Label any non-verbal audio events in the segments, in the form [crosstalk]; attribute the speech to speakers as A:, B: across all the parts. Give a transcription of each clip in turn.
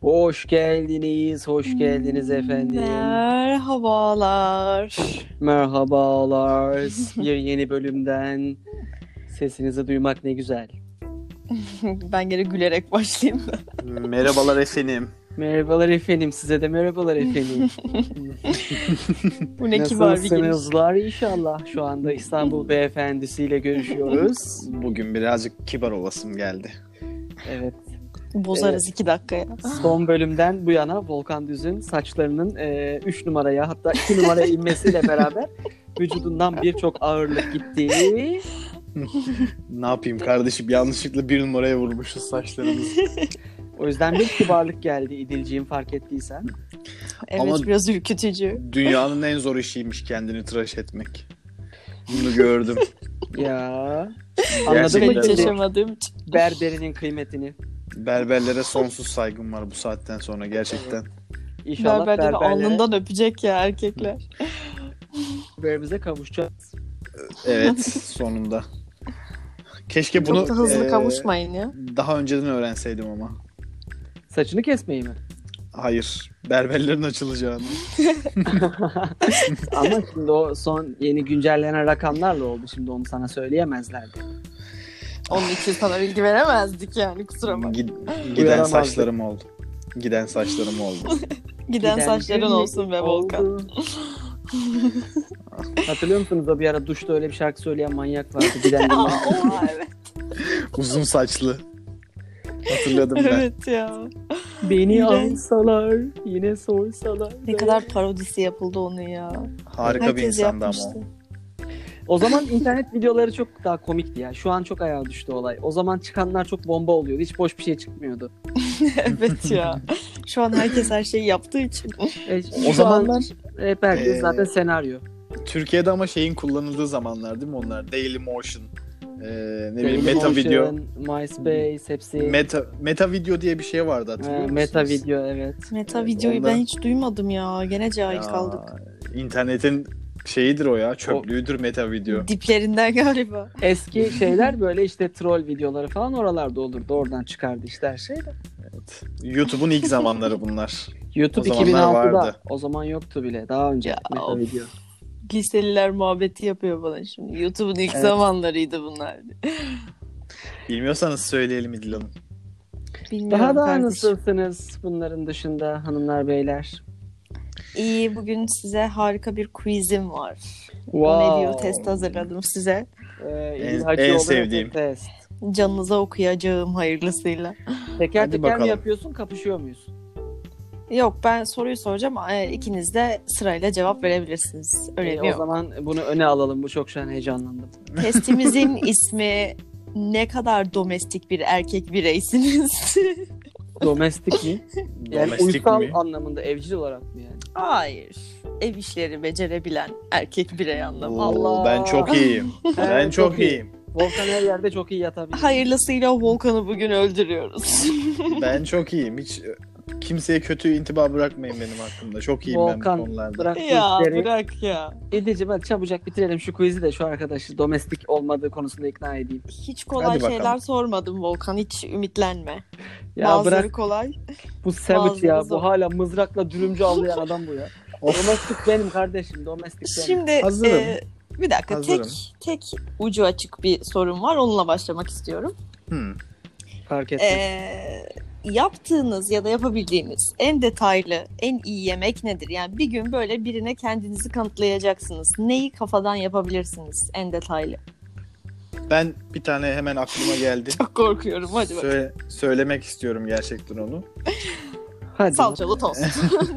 A: Hoş geldiniz, hoş geldiniz
B: Hmm,
A: efendim.
B: Merhabalar. [laughs]
A: Merhabalar. Bir yeni bölümden sesinizi duymak ne güzel.
B: ben gene gülerek başlayayım. [laughs]
C: Merhabalar efendim.
A: Merhabalar efendim, size de merhabalar efendim.
B: Bu [laughs] ne kibar bir giriş.
A: Nasılsınızlar inşallah? Şu anda
B: [laughs]
A: İstanbul beyefendisiyle görüşüyoruz.
C: Bugün birazcık kibar olasım geldi.
A: Evet.
B: Bozarız iki dakikaya.
A: Son bölümden bu yana Volkan Düz'ün saçlarının 3 numaraya hatta 2
B: [laughs]
A: numaraya inmesiyle beraber vücudundan birçok ağırlık gittiği
C: Ne yapayım kardeşim yanlışlıkla bir numaraya vurmuşuz
B: [laughs]
C: saçlarımızı.
A: O yüzden bir kibarlık geldi İdilciğim fark ettiysen.
B: Evet
C: Ama-
B: biraz ürkütücü.
C: Dünyanın en zor işiymiş kendini tıraş etmek. Bunu
B: [laughs]
C: gördüm.
A: Ya. Anladın mı?
B: Pek
C: Gerçekten doğru.
A: İdilciğim?
B: yaşamadığım için.
A: Berberinin kıymetini.
C: Berberlere sonsuz saygım var bu saatten sonra gerçekten.
A: İnşallah
B: Berberleri
A: berberlere,
B: alnından öpecek ya erkekler.
A: berberimize kavuşacağız.
C: Evet sonunda. Keşke bunu
B: Çok da hızlı
C: e,
B: kavuşmayın ya.
C: daha önceden öğrenseydim ama.
A: Saçını kesmeyi mi?
C: Hayır. Berberlerin açılacağını.
A: Ama şimdi o son yeni güncellenen rakamlarla oldu. Şimdi onu sana söyleyemezlerdi.
B: Onun için sana bilgi veremezdik yani kusura bakma.
C: Gid- giden
A: Uyaramazdık.
C: saçlarım oldu. Giden
B: [laughs]
C: saçlarım oldu.
B: Giden, saçların
A: gün
B: olsun be Volkan.
A: oldu. [laughs] Hatırlıyor musunuz o bir ara duşta öyle bir şarkı söyleyen manyak vardı.
B: [laughs]
A: Giden gün oldu.
B: Aa, oha, evet.
C: Uzun saçlı. Hatırladım ben.
B: evet ya.
A: Beni
B: İğrenç.
A: alsalar yine sorsalar.
B: Ne kadar parodisi yapıldı onun ya.
C: Harika bir
B: Herkes
C: insandı ama
B: yapmıştı. [laughs]
C: o.
A: O zaman internet videoları çok daha komikti ya. Şu an çok ayağa düştü olay. O zaman çıkanlar çok bomba oluyordu. Hiç boş bir şey çıkmıyordu.
B: evet ya. Şu an herkes her şeyi yaptığı için.
A: E, şu
C: O zamanlar
A: an hep herkes
C: Ee,
A: zaten senaryo.
C: Türkiye'de ama şeyin kullanıldığı zamanlar değil mi onlar? Daily Motion, ne bileyim Meta
A: Dailymotion,
C: Video.
A: MySpace hepsi.
C: Meta, meta Video diye bir şey vardı hatırlıyor
A: Ee,
C: musunuz?
A: meta video evet.
B: Meta
C: Evet,
B: videoyu
C: ondan-
B: ben hiç duymadım ya. Gene cahil
C: Ya,
B: kaldık.
C: İnternetin şeyidir o ya, çöplüğüdür Meta Video.
B: Diplerinden [laughs] galiba.
A: Eski şeyler böyle işte troll videoları falan oralarda olurdu. Oradan çıkardı işte her şey de.
C: Evet. YouTube'un ilk zamanları bunlar.
A: YouTube
C: O zamanlar
A: 2006'da.
C: vardı.
A: O zaman yoktu bile. Daha önce
B: Ya,
A: meta
B: of.
A: video.
B: Liseliler muhabbeti yapıyor bana şimdi. YouTube'un ilk
A: Evet.
B: zamanlarıydı bunlar.
C: Bilmiyorsanız söyleyelim İdil Hanım.
B: Bilmiyorum
A: Daha da
B: kardeşim.
A: nasılsınız bunların dışında hanımlar beyler?
B: İyi bugün size harika bir quizim var. O ne diyor test hazırladım size.
A: Ee,
C: En-
A: İlhacı
C: en
A: olan
C: sevdiğim.
A: Test.
B: Canınıza okuyacağım hayırlısıyla.
A: Teker
C: Hadi
A: teker mi
C: bakalım.
A: yapıyorsun kapışıyor muyuz?
B: Yok ben soruyu soracağım. E, İkiniz de sırayla cevap verebilirsiniz.
A: Ee,
B: Öyle
A: o
B: yok.
A: zaman [laughs] bunu öne alalım. Bu çok şu an heyecanlandım.
B: [laughs] Testimizin ismi ne kadar domestik bir erkek bireysiniz? [laughs]
A: Domestik mi? Yani
C: Domestik
A: uysal
C: mi?
A: anlamında evcil olarak mı [laughs] yani?
B: Hayır. Ev işleri becerebilen erkek birey anlamı.
C: Oo, ben çok iyiyim. ben
A: [laughs] Evet,
C: çok
A: çok iyi.
C: iyiyim.
A: Volkan her yerde çok iyi yatabilir.
B: Hayırlısıyla Volkan'ı bugün öldürüyoruz.
C: Ben çok iyiyim. Hiç kimseye kötü intiba bırakmayın benim hakkımda. Çok iyiyim ben bu
A: Volkan
C: konularda.
A: bırak bu
B: [laughs] ya
A: işleri.
B: bırak ya.
A: İdil'cim hadi çabucak bitirelim şu quiz'i de şu arkadaşı domestik olmadığı konusunda ikna edeyim.
B: Hiç
C: Hadi
B: kolay
C: bakalım.
B: şeyler sormadım Volkan. Hiç ümitlenme.
A: Ya
B: Bazıları
A: bırak
B: kolay.
A: bu savage ya.
B: bazıları zor.
A: Bu hala mızrakla dürümcü
B: [laughs]
A: avlayan adam bu ya. domestik benim kardeşim. Domestik benim.
B: Şimdi
C: Hazırım.
B: e, bir dakika
C: Hazırım.
B: tek tek ucu açık bir sorun var. Onunla başlamak istiyorum.
C: Hmm.
A: Fark etmez.
B: E, yaptığınız ya da yapabildiğiniz en detaylı, en iyi yemek nedir? Yani bir gün böyle birine kendinizi kanıtlayacaksınız. Neyi kafadan yapabilirsiniz en detaylı?
C: Ben bir tane hemen
B: [laughs]
C: aklıma geldi.
B: Çok korkuyorum. Hadi bakalım.
C: Söyle- söylemek istiyorum gerçekten onu.
A: hadi.
B: Salçalı tost. [laughs]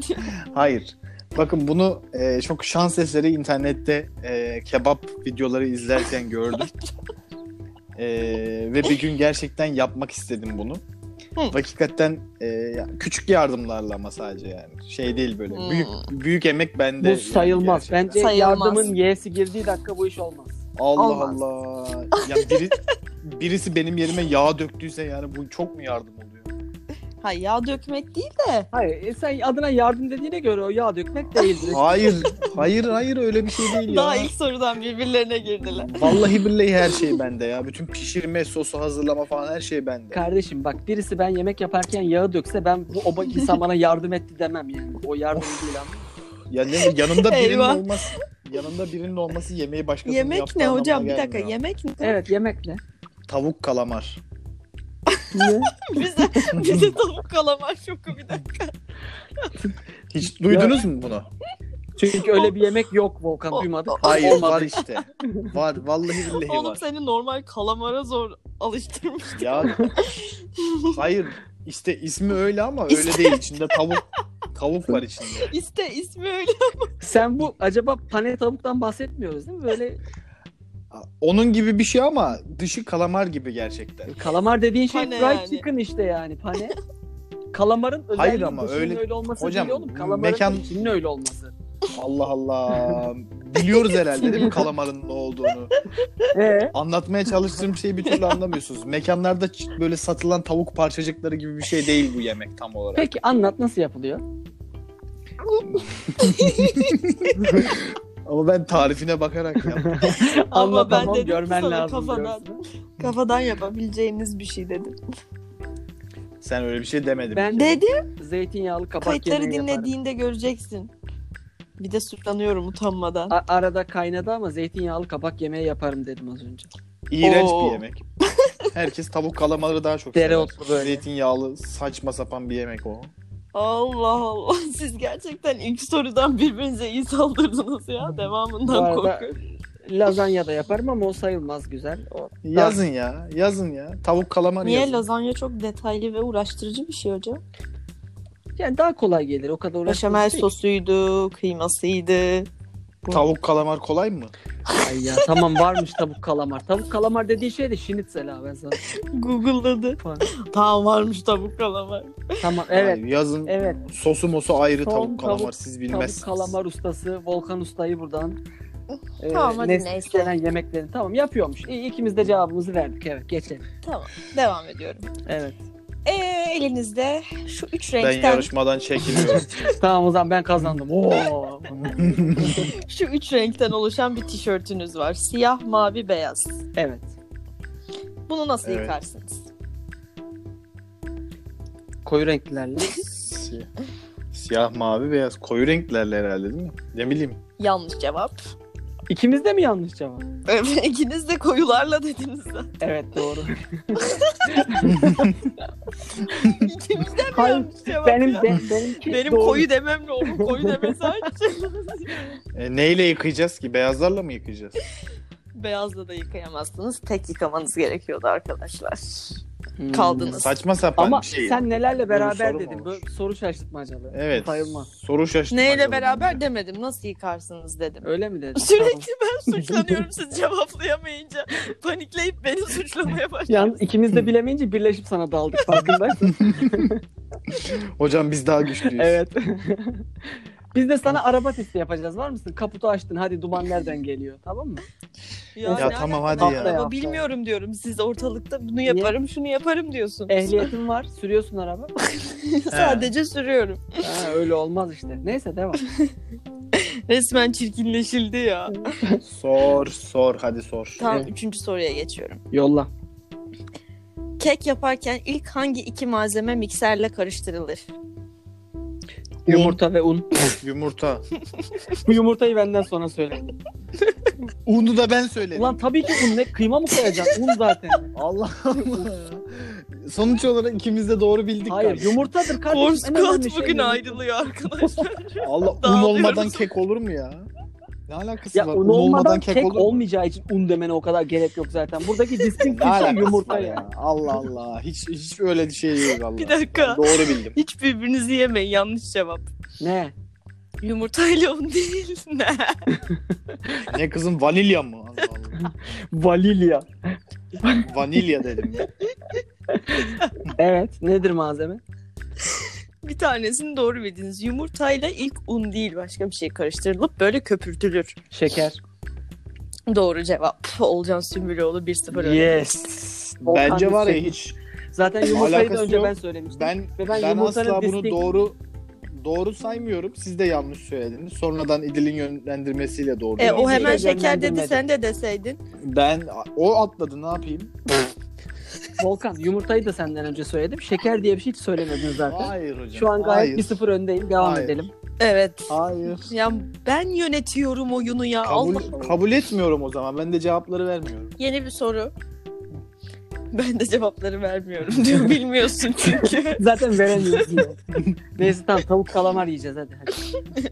C: Hayır. Bakın bunu e, çok şans eseri internette e, kebap videoları izlerken gördüm. E, ve bir gün gerçekten yapmak istedim bunu.
B: Hı.
C: Hakikaten e, ya küçük yardımlarla ama sadece yani. Şey değil böyle.
B: Hmm.
C: Büyük büyük emek bende.
A: Bu
C: yani
A: sayılmaz.
C: gerçekten.
A: Bence
B: Sayılmaz.
A: yardımın y'si girdiği dakika bu iş olmaz.
C: Allah
B: Olmaz.
C: Allah. Ya biri, birisi benim yerime yağ döktüyse yani bu çok mu yardım oluyor?
B: Ha yağ dökmek değil de
A: Hayır e, sen adına yardım dediğine göre o yağ dökmek değildir.
C: Hayır, hayır, hayır öyle bir şey değil ya.
B: daha ilk sorudan birbirlerine girdiler.
C: Vallahi billahi her şey bende ya. Bütün pişirme, sosu hazırlama falan her şey bende.
A: Kardeşim bak birisi ben yemek yaparken yağı dökse ben bu oba insan bana yardım etti demem yani. O yardım değil ama.
C: Ya ne yanında birinin
B: Eyvah.
C: olması, yanında birinin olması yemeği başkasının
B: yemek
C: yaptığı
B: ne
C: anlamına
B: hocam? Bir dakika
C: gelmiyor.
B: yemek ne?
A: Evet yemekle.
C: Tavuk kalamar.
A: Niye?
B: bize, [laughs] bize tavuk kalamar şoku bir dakika.
C: Hiç duydunuz mu bunu?
A: Çünkü öyle bir yemek yok Volkan
B: O-
A: duymadık.
B: o-
C: Hayır
A: Olmadı.
C: var işte. Var vallahi billahi
B: Oğlum
C: var.
B: seni normal kalamara zor alıştırmıştık.
C: Ya hayır işte ismi öyle ama öyle değil. İçinde tavuk tavuk var içinde.
B: İste ismi öyle.
A: Sen bu acaba pane tavuktan bahsetmiyoruz değil mi? Böyle
C: Onun gibi bir şey ama dışı kalamar gibi gerçekten.
A: kalamar dediğin şey
B: Pane
A: fried
B: yani.
A: chicken işte yani pane. Kalamarın özelliği
C: Hayır ama
A: dışının
C: öyle-
A: öyle olması
C: Hocam,
A: değil oğlum. Kalamarın
C: mekan-
A: içinin öyle olması.
C: Allah Allah. Biliyoruz herhalde değil mi kalamarın ne olduğunu?
A: Ee,
C: Anlatmaya çalıştığım şeyi bir türlü anlamıyorsunuz. Mekanlarda ç- böyle satılan tavuk parçacıkları gibi bir şey değil bu yemek tam olarak.
A: peki anlat nasıl yapılıyor?
C: Ama ben tarifine
A: [laughs]
C: bakarak yaptım.
B: Ama
A: [laughs]
B: ben
A: Anlatamam,
B: dedim ki
A: görmen
B: sana
A: lazım
B: kafadan.
A: diyorsun.
B: Kafadan yapabileceğimiz bir şey dedim.
C: Sen öyle bir şey demedin.
A: Ben
B: Dedim
A: zeytinyağlı kabak
B: kayıtları
A: yemeği yaparım.
B: dinlediğinde göreceksin. Bir de suçlanıyorum utanmadan.
A: A- arada kaynadı ama zeytinyağlı kabak yemeği yaparım dedim az önce.
C: İğrenç
B: Oo.
C: bir yemek. Herkes tavuk kalamarı daha çok
A: Dereotlu
C: sever.
A: böyle.
C: Zeytinyağlı saçma sapan bir yemek o.
B: Allah Allah. [laughs] Siz gerçekten ilk sorudan birbirinize iyi saldırdınız ya.
A: Bu
B: Devamından
A: arada-
B: korkuyorum.
A: Lazanya da yaparım ama o sayılmaz güzel. O
C: Yazın ya, yazın ya. Tavuk kalamar
B: Niye
C: yazın.
B: lazanya çok detaylı ve uğraştırıcı bir şey hocam?
A: yani daha kolay gelir. O kadar uğraşmaz.
B: Beşamel sosuydu, kıymasıydı.
C: Tavuk kalamar kolay mı?
A: Ay ya tamam varmış tavuk kalamar. Tavuk kalamar dediği şey de şinitzel abi ben sana.
B: Google'ladı.
A: Falan.
B: [laughs] Tamam varmış tavuk kalamar.
A: Tamam evet.
C: Hayır, yazın
A: Evet.
C: sosu mosu ayrı
A: Son
C: tavuk kalamar
A: tavuk-
C: siz
A: Tavuk
C: bilmezsiniz.
A: kalamar ustası Volkan Usta'yı buradan e,
B: Tamam, hadi
A: nes-
B: neyse.
A: gelen yemeklerini tamam yapıyormuş. İyi, ikimiz de cevabımızı verdik evet geçelim.
B: Tamam devam ediyorum.
A: Evet.
B: Ee, elinizde şu üç
C: Ben
B: renkten
C: yarışmadan çekiliyorum.
A: Tamam o zaman ben kazandım. Oo.
B: şu üç renkten oluşan bir tişörtünüz var. Siyah, mavi, beyaz.
A: evet.
B: Bunu nasıl
C: Evet.
B: yıkarsınız?
A: Koyu renklerle.
C: Siyah- Siyah, mavi, beyaz. Koyu renklerle herhalde değil mi? Ne bileyim.
B: Yanlış cevap. [laughs]
A: İkimiz de mi yanlış cevap?
B: İkiniz de koyularla dediniz zaten.
A: Evet doğru.
B: İkiniz de mi
A: Hayır,
B: yanlış cevap
A: benim
B: ya?
A: de, benimki
B: Benim
A: doğru.
B: koyu dememle onun koyu
A: [laughs]
B: demesi aynı şey.
C: E, neyle yıkayacağız ki? Beyazlarla mı yıkayacağız?
B: Beyazla da yıkayamazsınız. Tek yıkamanız gerekiyordu arkadaşlar.
A: Hmm.
B: kaldınız.
C: Saçma sapan
A: Ama
C: bir şey.
A: sen nelerle beraber
C: soru mu
A: dedin?
C: olur?
A: Böyle soru şaşırtmacalı.
C: Evet.
A: Sayılmaz.
C: Soru şaşırtmacalı.
B: Neyle beraber demedim. Nasıl yıkarsınız dedim.
A: Öyle mi dedin? Tamam.
B: Sürekli ben
A: [laughs]
B: suçlanıyorum siz cevaplayamayınca. Panikleyip beni
A: [laughs]
B: suçlamaya
A: Yalnız
B: başlıyorsunuz.
A: ikimiz
C: Hmm.
A: de bilemeyince birleşip sana daldık farkındaysan.
C: Hocam [laughs] biz daha güçlüyüz.
A: evet. [laughs] Biz de sana araba testi yapacağız var mısın? Kaputu açtın hadi duman nereden geliyor tamam mı?
C: Ya,
B: ne
C: tamam
B: alaka?
C: hadi
A: Haftaya,
C: ya.
B: Ama
A: haftaya.
B: bilmiyorum diyorum. Siz ortalıkta bunu yaparım, şunu yaparım diyorsunuz.
A: Ehliyetin var sürüyorsun araba.
B: [laughs] Sadece sürüyorum.
A: Ha, öyle olmaz işte. Neyse devam.
B: Resmen çirkinleşildi ya.
C: Sor sor hadi sor.
B: Tamam
A: Evet.
B: üçüncü soruya geçiyorum.
A: Yolla.
B: Kek yaparken ilk hangi iki malzeme mikserle karıştırılır?
C: Un,
A: Yumurta ve un.
C: Yumurta.
A: Bu yumurtayı benden sonra söyle.
C: Unu da ben söyledim.
A: Ulan tabii ki un ne? Kıyma mı koyacaksın? Un zaten.
C: Allah Allah. Sonuç olarak ikimiz de doğru bildik.
A: Hayır
C: galiba.
A: yumurtadır kardeşim.
B: Boris
A: En önemli
B: Kuat
A: şey
B: bugün
A: yumurta.
B: ayrılıyor arkadaşlar.
C: Allah un
B: Dağılıyoruz.
C: olmadan kek olur mu ya? Ne alakası
A: Ya
C: var?
A: un, olmadan, kek,
C: mu?
A: olmayacağı için un demene o kadar gerek yok zaten.
C: [laughs]
A: Buradaki
C: Ne
A: distinction şey
C: alakası
A: yumurta
C: var
A: ya.
C: Allah Allah. Hiç hiç öyle bir şey yok Allah.
B: Bir dakika.
C: Doğru bildim.
B: Hiç birbirinizi yemeyin yanlış cevap.
A: Ne?
B: Yumurtayla un değil. [laughs] Ne?
C: Ne kızım vanilya mı? Allah Allah.
A: Vanilya.
C: Vanilya dedim ya.
A: Evet. Nedir malzeme?
B: Bir tanesini doğru bildiniz. Yumurtayla ilk un değil başka bir şey karıştırılıp böyle köpürtülür.
A: Şeker.
B: Doğru cevap. Olcan Sümbüloğlu 1-0 öne.
A: Yes. Volkan
C: Bence var ya
A: Gülsekin.
C: hiç
A: Zaten yumurtayı da
C: Alakası
A: önce
C: yok.
A: ben söylemiştim.
C: Ben
A: Ve
C: ben,
A: ben yumurtanın
C: asla bunu
A: destek-
C: doğru doğru saymıyorum. Siz de yanlış söylediniz. Sonradan İdil'in yönlendirmesiyle doğru.
B: E, o
A: Yumurtayı
B: hemen
A: da
B: şeker dedi
A: yönlendirmedim.
B: sen de deseydin.
C: Ben o atladı ne yapayım?
A: Volkan yumurtayı da senden önce söyledim. Şeker diye bir şey hiç söylemedin zaten.
C: Hayır hocam.
A: Şu an gayet
C: hayır.
A: 1-0 öndeyim. Devam
C: Hayır.
A: edelim.
B: Evet.
C: Hayır.
B: Ya ben yönetiyorum oyunu ya.
C: Kabul,
B: Allah.
C: kabul etmiyorum o zaman. Ben de cevapları vermiyorum.
B: Yeni bir soru. Ben de cevapları vermiyorum [laughs] diyor. Bilmiyorsun çünkü.
A: Zaten veremiyoruz.
C: [laughs]
A: yine. Neyse tamam tavuk kalamar yiyeceğiz hadi. hadi.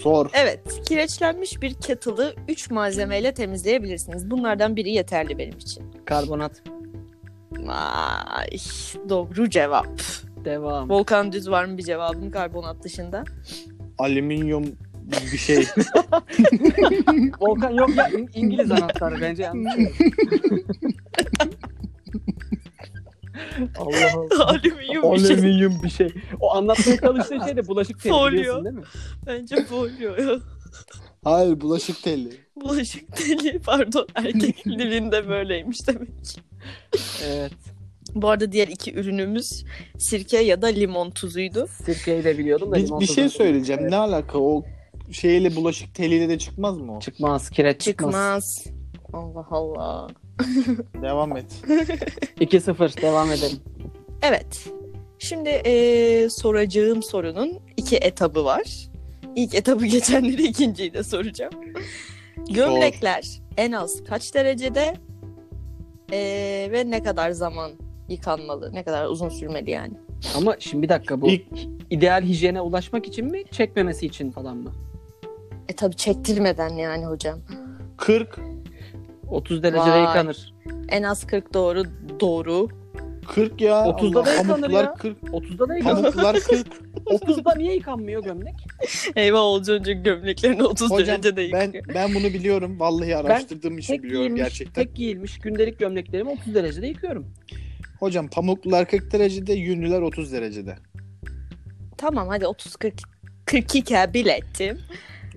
C: Sor.
B: evet. Kireçlenmiş bir kettle'ı 3 malzemeyle temizleyebilirsiniz. Bunlardan biri yeterli benim için.
A: Karbonat
B: Vay. Doğru cevap.
A: devam.
B: Volkan Düz var mı bir cevabın karbonat dışında? [laughs]
C: Alüminyum bir şey.
A: Volkan yok ya İng- İngiliz anahtarı bence
C: [laughs]
A: yanlış. Allah Allah.
B: Alüminyum bir şey.
A: Alüminyum bir şey. O anlatmaya çalıştığı şey de bulaşık teli
B: Folyo.
A: biliyorsun değil mi?
B: Bence folyo.
C: Hayır bulaşık teli.
B: Bulaşık teli pardon [laughs] erkek dilinde böyleymiş demek ki.
A: Evet.
B: Bu arada diğer iki ürünümüz sirke ya da limon tuzuydu.
A: Sirkeyi de biliyordum da.
C: Bir,
A: limon
C: bir şey
A: tuzu-
C: söyleyeceğim.
A: Evet.
C: Ne alaka o şeyle bulaşık teliyle de çıkmaz mı o?
A: Çıkmaz kireç çıkmaz.
B: Çıkmaz. Allah Allah.
C: Devam et.
A: 2-0 devam edelim.
B: Evet. Şimdi eee, soracağım sorunun iki etabı var. İlk etabı [laughs] geçenleri ikinciyi de soracağım. Gömlekler en az kaç derecede eee, ve ne kadar zaman yıkanmalı? Ne kadar uzun sürmeli yani?
A: Ama şimdi bir dakika bu
C: İlk
A: ideal hijyene ulaşmak için mi çekmemesi için falan mı?
B: E tabi çektirmeden yani hocam.
C: 40
A: 30 derecede
B: Vay.
A: yıkanır.
B: En az 40 doğru doğru.
C: 40 ya.
A: 30'da da yıkanır
C: Pamuklar
A: ya.
C: 40.
A: 30'da da
C: [laughs]
A: yıkanır.
C: Pamuklar 40.
A: 30'da niye yıkanmıyor gömlek?
B: Eyvah Olcu önce gömleklerini 30
C: Hocam
B: derecede
C: ben
B: yıkıyor.
C: ben bunu biliyorum. Vallahi araştırdığım için
A: Tek
C: biliyorum
A: giyilmiş,
C: gerçekten.
A: tek giyilmiş gündelik gömleklerimi 30 derecede yıkıyorum.
C: Hocam pamuklar 40 derecede, yünlüler 30 derecede.
B: Tamam hadi 30-40 42 ya bilettim.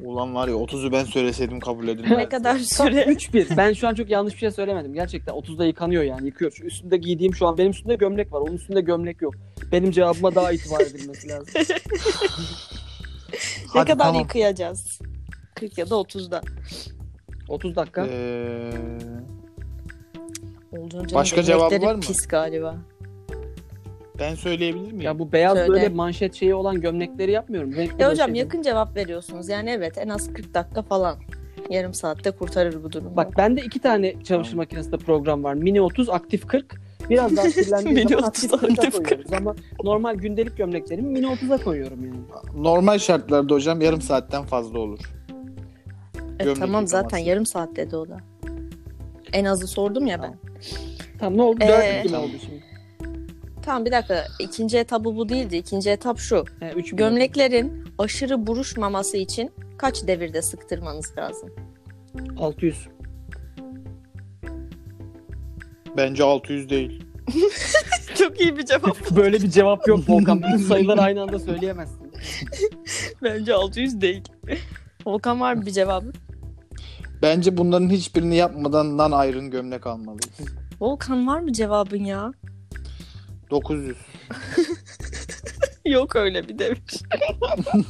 C: Ulan var ya 30'u ben söyleseydim kabul
B: ne
C: edilmez.
B: kadar
A: Tam
B: süre?
A: 3-1. Ben şu an çok yanlış bir şey söylemedim. Gerçekten 30'da yıkanıyor yani yıkıyor. Şu üstümde giydiğim şu an benim üstümde gömlek var. Onun üstünde gömlek yok. Benim cevabıma daha itibar edilmesi lazım.
B: ne
C: Hadi
B: kadar
C: tamam.
B: yıkayacağız? 40 ya da 30'da.
A: 30 dakika.
C: Ee,
B: Olcu Hoca'nın
C: Başka cevabı
B: gömlekleri
C: var mı?
B: Pis galiba.
C: ben söyleyebilir miyim?
A: ya bu beyaz
B: Söyle.
A: böyle manşet şeyi olan gömlekleri yapmıyorum. Renkli
B: Ya hocam
A: döşeli.
B: yakın cevap veriyorsunuz. Yani evet en az 40 dakika falan. Yarım saatte kurtarır bu durumu.
A: Bak bende iki tane çamaşır
C: Tamam.
A: makinesinde program var. Mini 30, aktif 40. Biraz
B: [laughs]
A: daha kirlendiği
B: Mini
A: zaman
B: 30,
A: aktif 40'a
B: aktif
A: koyuyoruz. Ama normal gündelik gömleklerimi mini 30'a koyuyorum yani.
C: Normal şartlarda hocam yarım saatten fazla olur.
B: E,
C: gömlek
B: tamam zaten
C: yıkaması.
B: yarım saat dedi o da. En azı sordum ya ben.
A: Tamam ne oldu?
B: Ee,
A: 4 gibi oldu şimdi.
B: Tamam bir dakika. İkinci etabı bu değildi. İkinci etap şu.
A: He, üç bir oldu.
B: Gömleklerin aşırı buruşmaması için kaç devirde sıktırmanız lazım?
A: 600.
C: Bence 600 değil.
B: [laughs] Çok iyi bir cevap.
A: [laughs] Böyle bir cevap yok Volkan. Bütün sayıları aynı anda söyleyemezsin.
B: Bence 600 değil. Volkan var mı bir cevabı?
C: Bence bunların hiçbirini yapmadan nan ayrın gömlek almalıyız.
B: Volkan var mı cevabın ya?
C: 900.
B: Yok öyle bir devir.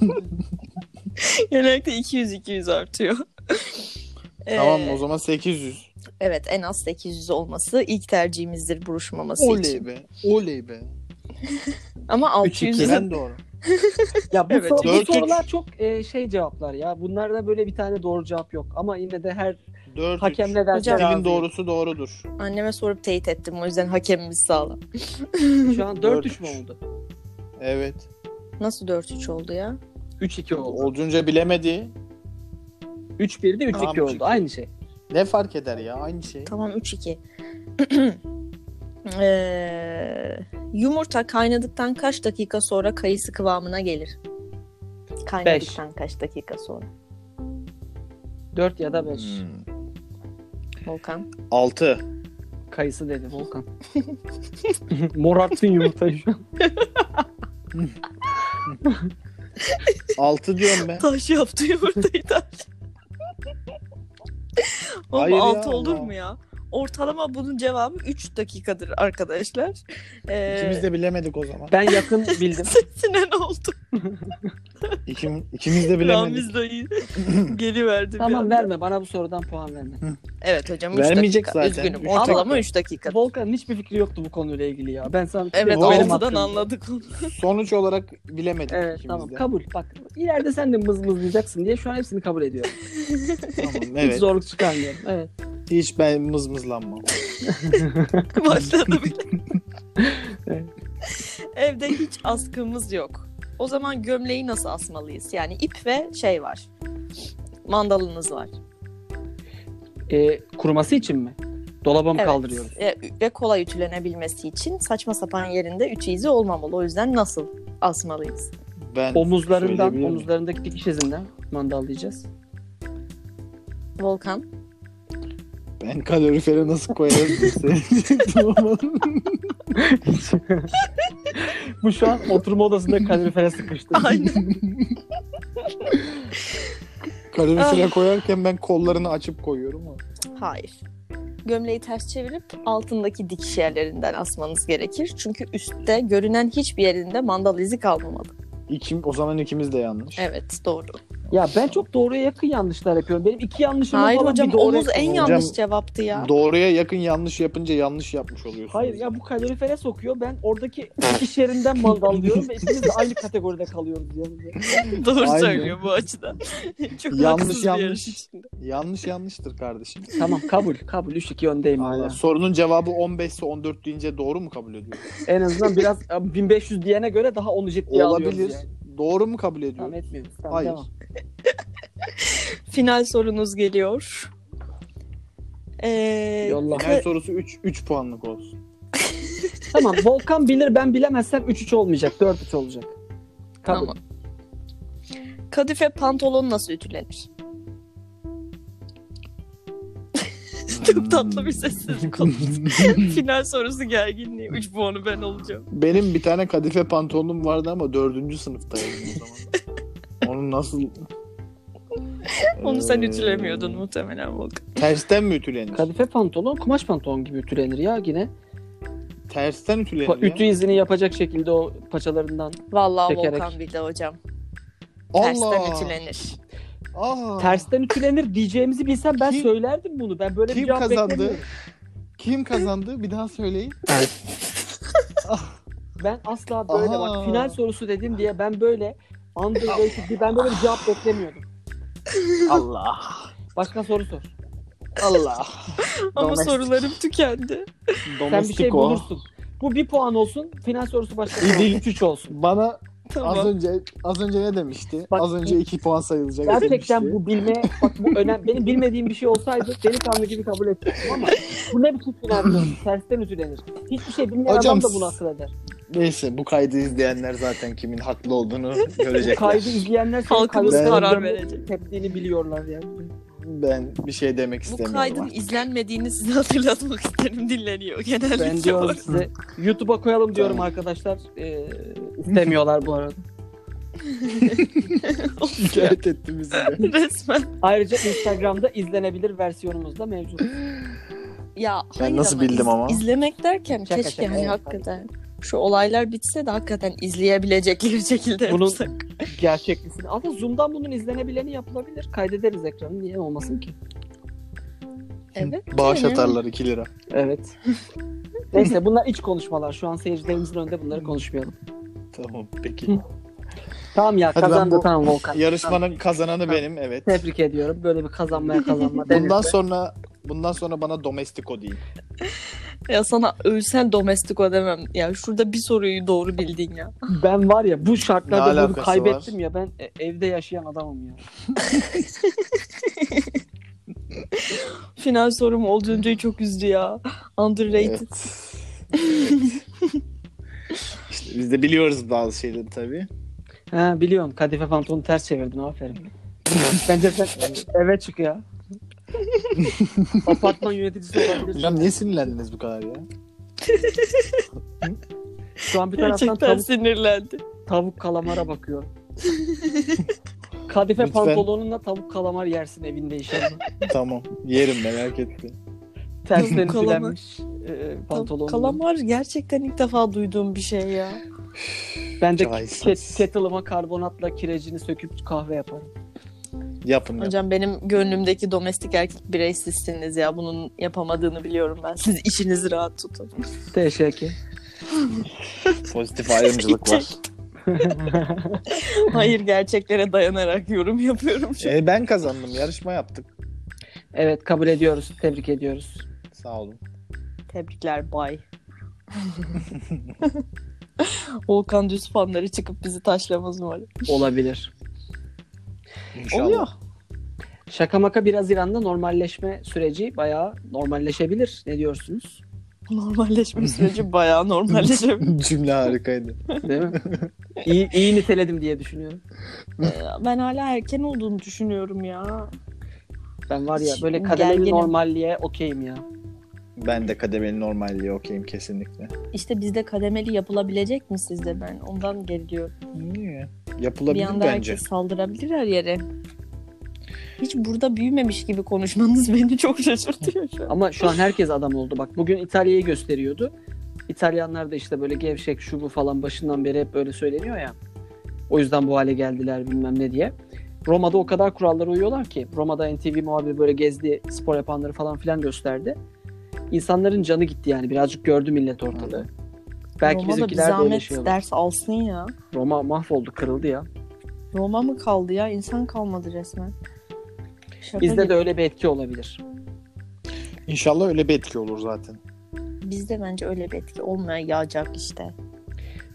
B: [laughs] Genellikle 200-200 artıyor.
C: Tamam
B: Ee,
C: o zaman 800.
B: Evet en az 800 olması ilk tercihimizdir buruşmaması için.
C: Oley be. Oley be.
B: Ama
A: Üç iki. Ben
B: 600
C: Ben doğru.
A: Ya bu,
B: Evet,
A: sor- bu
C: dört üç.
A: sorular çok e, şey cevaplar ya. Bunlarda böyle bir tane doğru cevap yok. Ama yine de her
C: 4
A: hakem ne derse
B: Hocam-
A: razıyım.
C: Dilin doğrusu doğrudur.
B: anneme sorup teyit ettim o yüzden hakemimiz sağlam.
A: Şu an
C: Dört
A: 4-3
C: üç.
A: mü oldu?
C: Evet.
B: Nasıl 4-3 oldu ya?
A: 3-2 oldu.
C: Olcunca bilemedi.
A: 3-1'de 3-2
C: Tamam, üç
A: oldu.
C: iki.
A: Aynı şey.
C: Ne fark eder ya aynı şey.
B: Tamam 3-2. [clears throat] Ee, yumurta kaynadıktan kaç dakika sonra kayısı kıvamına gelir? Kaynadıktan kaç dakika sonra?
A: 4 ya da 5.
C: Hmm.
B: Volkan.
C: 6.
A: Kayısı dedi [laughs] Volkan. Morarttın yumurtayı şu an.
C: 6 diyorum ben.
B: Taş yaptı yumurtayı taş. Ama
C: Hayır ya,
B: 6 olur
C: Allah.
B: mu ya? Ortalama bunun cevabı 3 dakikadır arkadaşlar. Ee,
C: İkimiz de bilemedik o zaman.
A: Ben yakın
C: [laughs]
A: bildim.
B: Sesine ne oldu?
C: İkim, ikimiz de bilemedik.
B: Ramiz dayı [laughs] geri verdi. bir
A: tamam
B: anda.
A: verme bana bu sorudan puan verme.
B: Evet hocam 3
C: Vermeyecek
B: dakika.
C: zaten.
B: Üzgünüm.
C: Üç
B: Ortalama 3 dakika.
A: Volkan'ın hiçbir fikri yoktu bu konuyla ilgili ya. Ben sana
B: Evet
A: Bu benim
B: altıdan
A: hakkım.
B: anladık onu. [laughs]
C: Sonuç olarak bilemedik
A: Evet
C: ikimiz
A: tamam
C: de.
A: kabul. Bak ileride sen de mızmızlayacaksın diye şu an hepsini kabul ediyorum.
C: Tamam,
A: [laughs] Hiç
C: evet.
A: zorluk çıkarmıyorum. Evet.
C: Hiç ben mızmızlanmam.
B: Başladı bile.
C: [laughs]
A: Evet.
B: Evde hiç askımız yok. O zaman gömleği nasıl asmalıyız? Yani ip ve şey var. Mandalınız var.
A: Ee, kuruması için mi? Dolaba mı
B: Evet.
A: kaldırıyoruz?
B: E, ve kolay ütülenebilmesi için saçma sapan yerinde ütü izi olmamalı. O yüzden nasıl asmalıyız?
C: Ben
A: Omuzlarından,
C: Söyleyebilir miyim?
A: omuzlarındaki dikiş izinden mandallayacağız.
B: Volkan.
C: ben kalorifere nasıl koyarım diye söyleyecektim ama
A: [laughs] Bu şu an oturma odasında kalorifere sıkıştı.
B: Aynen.
C: kalorifere koyarken ben kollarını açıp koyuyorum ama.
B: Hayır. Gömleği ters çevirip altındaki dikiş yerlerinden asmanız gerekir. Çünkü üstte görünen hiçbir yerinde mandal izi kalmamalı.
C: İkim, o zaman ikimiz de yanlış.
B: Evet doğru.
A: Ya ben çok doğruya yakın yanlışlar yapıyorum. Benim iki yanlışım
B: Hayır
A: falan
B: hocam
A: bir doğru.
B: omuz en
C: Hocam,
B: yanlış cevaptı ya.
C: Doğruya yakın yanlış yapınca yanlış yapmış oluyorsunuz.
A: Hayır ya bu kalorifere sokuyor. Ben oradaki dikiş yerinden mandallıyorum ve ikimiz de aynı kategoride kalıyoruz. Yani.
B: [laughs] Doğru
C: Aynen.
B: söylüyor bu açıdan. [laughs] Çok
C: Yanlış,
B: haksız bir
C: yanlış.
B: yarış içinde.
C: Yanlış yanlıştır kardeşim.
A: Tamam kabul kabul 3-2 öndeyim
C: Aynen.
A: hala.
C: Sorunun cevabı 15 ise 14 deyince doğru mu kabul
B: [laughs]
C: ediyoruz?
A: En azından biraz e, ya, 1500 diyene göre daha onu ciddiye alıyoruz.
C: Olabilir.
A: yani.
C: Doğru mu kabul
A: Tamam
C: ediyoruz?
A: etmiyoruz. Tamam,
C: Hayır.
A: Devam.
B: Final sorunuz geliyor. Ee,
A: Yolla.
B: kı-
C: Her sorusu 3 3 puanlık olsun.
A: tamam Volkan bilir ben bilemezsem 3-3 olmayacak 4-3 olacak. Kabul.
B: Tamam. kadife pantolon nasıl ütülenir? [laughs] [laughs]
C: Hmm.
B: Çok tatlı bir sessizlik
C: [laughs]
B: oldu. Final sorusu gerginliği. 3 puanı ben olacağım.
C: Benim bir tane kadife pantolonum vardı ama 4. sınıftaydım
B: [laughs]
C: o zaman. Onu nasıl...
B: Onu sen
C: Ee,
B: ütülemiyordun muhtemelen Volkan.
C: Tersten mi ütülenir?
A: Kadife pantolon kumaş pantolon gibi ütülenir ya yine.
C: Tersten ütülenir
A: Pa-
C: ya.
A: ütü izini yapacak şekilde o paçalarından.
B: Vallahi
A: Çekerek.
B: Volkan bildi hocam. Tersten
C: Allah! Ah!
B: ütülenir.
C: Aa!
A: Tersten ütülenir diyeceğimizi bilsem ben
C: Kim-
A: söylerdim bunu. Ben böyle bir
C: Kim
A: cevap
C: kazandı?
A: beklemiyorum.
C: Kim kazandı? Bir daha söyleyin.
A: Ben asla böyle
C: Aha.
A: bak final sorusu dedim diye ben böyle underrated diye ben böyle bir cevap beklemiyordum.
C: Allah.
A: Başka soru sor.
C: Allah.
B: Ama
C: Domestik.
B: sorularım tükendi.
A: Sen bir şey bulursun. Bu bir puan olsun. Final sorusu başka.
C: İyi değil.
A: 3-3 olsun.
C: Bana az
B: Tamam.
C: önce az önce ne demişti?
A: Bak-
C: az önce 2 puan sayılacak
A: Gerçekten
C: demişti.
A: bu bilme, bak bu önem, benim bilmediğim bir şey olsaydı delikanlı gibi kabul ettim ama bu ne biçim finaldir? Tersten üzülenir. Hiçbir şey bilmeyen
C: Hocam,
A: adam da bunu akıl eder.
C: Neyse bu kaydı izleyenler zaten kimin haklı
A: [laughs]
C: olduğunu
A: Bu
C: görecekler.
A: kaydı izleyenler senin
B: Halkımız
A: kaydı-
B: karar verecek.
A: Teptiğini biliyorlar yani.
C: Ben bir şey demek
B: Bu
C: istemiyorum.
B: kaydın
C: artık.
B: izlenmediğini size [laughs] hatırlatmak isterim. Dinleniyor genellikle.
A: Ben diyorum size YouTube'a koyalım diyorum
C: Tamam.
A: arkadaşlar. Ee, istemiyorlar bu arada.
C: şikayet ettim
A: [laughs]
C: bizi de.
B: [laughs] Resmen.
A: Ayrıca Instagram'da izlenebilir versiyonumuz da mevcut.
B: Ya
C: Ben
B: hayır
C: nasıl
B: ama
C: bildim ama?
B: izlemek derken
A: Şaka
B: keşke
A: şaka,
B: hani
A: evet,
B: hakikaten şu olaylar bitse de hakikaten izleyebilecekleri şekilde
A: Bunun-
B: yapsak.
A: Gerçeklisini. Aslında Zoom'dan bunun izlenebileni yapılabilir. Kaydederiz ekranı. Niye olmasın ki?
B: Evet.
C: Bağış
B: yani.
C: atarlar 2 lira. [laughs]
A: Evet. Neyse bunlar iç konuşmalar. Şu an seyircilerimizin önünde bunları konuşmayalım.
C: Tamam peki.
A: Hı. Tamam ya
C: Hadi ben
A: kazandı
C: bu
A: tamam
C: [laughs]
A: Volkan.
C: Yarışmanın kazananı benim evet.
A: Tamam, Tebrik ediyorum. Böyle bir kazanmaya kazanma.
C: Bundan
A: denir.
C: sonra bundan sonra bana domestiko deyin.
B: Ya sana ölsen domestiko demem. Ya şurada bir soruyu doğru bildin ya.
A: Ben var ya bu
C: Ne
A: şartlarda bunu
C: alakası
A: kaybettim
C: var?
A: ya. Ben e, evde yaşayan adamım ya.
B: Final sorum olduğunca çok üzdü ya. Underrated.
C: Evet. işte biz de biliyoruz bazı şeyleri tabii.
A: Ha biliyorum. Kadife pantolonu ters çevirdin.
C: [laughs]
A: Aferin. Bence sen eve çık ya. Apartman yöneticisi olabilirsin.
C: Hocam niye sinirlendiniz bu kadar ya?
A: Şu an bir taraftan
B: Gerçekten
A: tavuk,
B: sinirlendi.
A: tavuk kalamara
C: [laughs]
A: bakıyor. Kadife
C: Lütfen.
A: pantolonunla tavuk kalamar yersin evinde inşallah.
C: tamam. Yerim merak etme.
A: tersten
B: Tavuk kalamar.
A: ütülenmiş e, pantolon.
B: Kalamar gerçekten ilk defa duyduğum bir şey ya.
A: Ben de
C: Caizsiz.
A: ke- kettle'ıma karbonatla kirecini söküp kahve yaparım.
C: Yapın yapın.
B: Hocam benim gönlümdeki domestik erkek birey sizsiniz ya. Bunun yapamadığını biliyorum ben. Siz içinizi
A: [laughs]
B: rahat tutun.
A: Teşekkür.
C: Pozitif ayrımcılık
B: [laughs]
C: var.
B: Hayır gerçeklere dayanarak yorum yapıyorum şu an.
C: E, ben kazandım. Yarışma yaptık.
A: Evet kabul ediyoruz. Tebrik ediyoruz.
C: Sağ olun.
B: Tebrikler bay. [laughs] Volkan Düz fanları çıkıp bizi taşlamaz mı?
A: Olabilir.
C: İnşallah.
B: Oluyor.
A: Şaka maka biraz İran'da normalleşme süreci bayağı normalleşebilir. Ne diyorsunuz?
B: Normalleşme süreci bayağı normalleşebilir.
C: [laughs] Cümle harikaydı.
A: Değil mi? İyi, iyi niteledim diye düşünüyorum.
B: [laughs] ben hala erken olduğunu düşünüyorum ya.
A: Ben var ya böyle
B: Şimdi
A: kademeli
B: gerginim.
A: normalliğe okeyim ya.
C: Ben de kademeli normalliği okeyim kesinlikle.
B: İşte bizde kademeli yapılabilecek mi sizde ben? Ondan geliyorum.
C: Niye?
B: Bir
C: Yapılabilir
B: anda
C: bence.
B: herkes saldırabilir her yere. Hiç burada büyümemiş gibi konuşmanız [laughs] beni çok şaşırtıyor şu an.
A: Ama şu an herkes adam oldu. Bak bugün İtalya'yı gösteriyordu. İtalyanlar da işte böyle gevşek şu bu falan başından beri hep böyle söyleniyor ya. O yüzden bu hale geldiler bilmem ne diye. Roma'da o kadar kurallara uyuyorlar ki. Roma'da NTV muhabiri böyle gezdi, spor yapanları falan filan gösterdi. İnsanların canı gitti yani. Birazcık gördü millet ortada. Belki
B: Roma da bir
A: bizimkiler de öyle
B: zahmet
A: şey olur.
B: ders alsın ya.
A: Roma mahvoldu, kırıldı ya.
B: Roma mı kaldı ya? İnsan kalmadı resmen. Şaka
A: Bizde
B: gibi.
A: de öyle bir etki olabilir.
C: İnşallah öyle bir etki olur zaten.
B: Bizde bence öyle bir etki olmaya yağacak işte.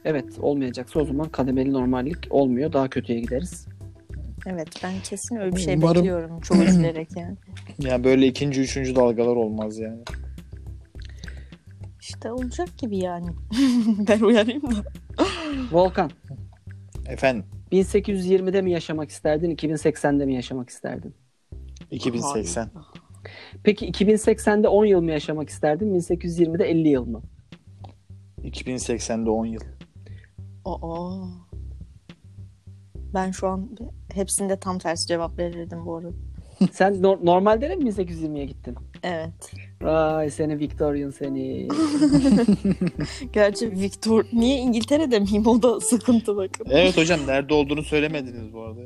A: Evet, olmayacaksa o zaman kademeli normallik olmuyor. Daha kötüye gideriz.
B: Evet ben kesin öyle bir şey
C: Umarım-
B: bekliyorum çok üzülerek yani.
C: Yani böyle ikinci, üçüncü dalgalar olmaz yani.
B: İşte olacak gibi yani. [laughs] ben uyarayım da.
A: Volkan,
C: Efendim
A: 1820'de mi yaşamak isterdin, 2080'de mi yaşamak isterdin?
C: 2080.
A: Peki 2080'de 10 yıl mı yaşamak isterdin, 1820'de 50 yıl
B: [laughs]
A: mı?
C: 2080'de 10 yıl.
B: Aa. Ben şu an hepsinde tam tersi cevap verirdim bu arada.
A: Sen no- normalde mi 1820'ye gittin?
B: Evet.
A: Vay seni Victorian seni.
B: Gerçi Victor niye İngiltere demeyeyim o da sıkıntı bakın.
C: Evet hocam nerede olduğunu söylemediniz bu arada.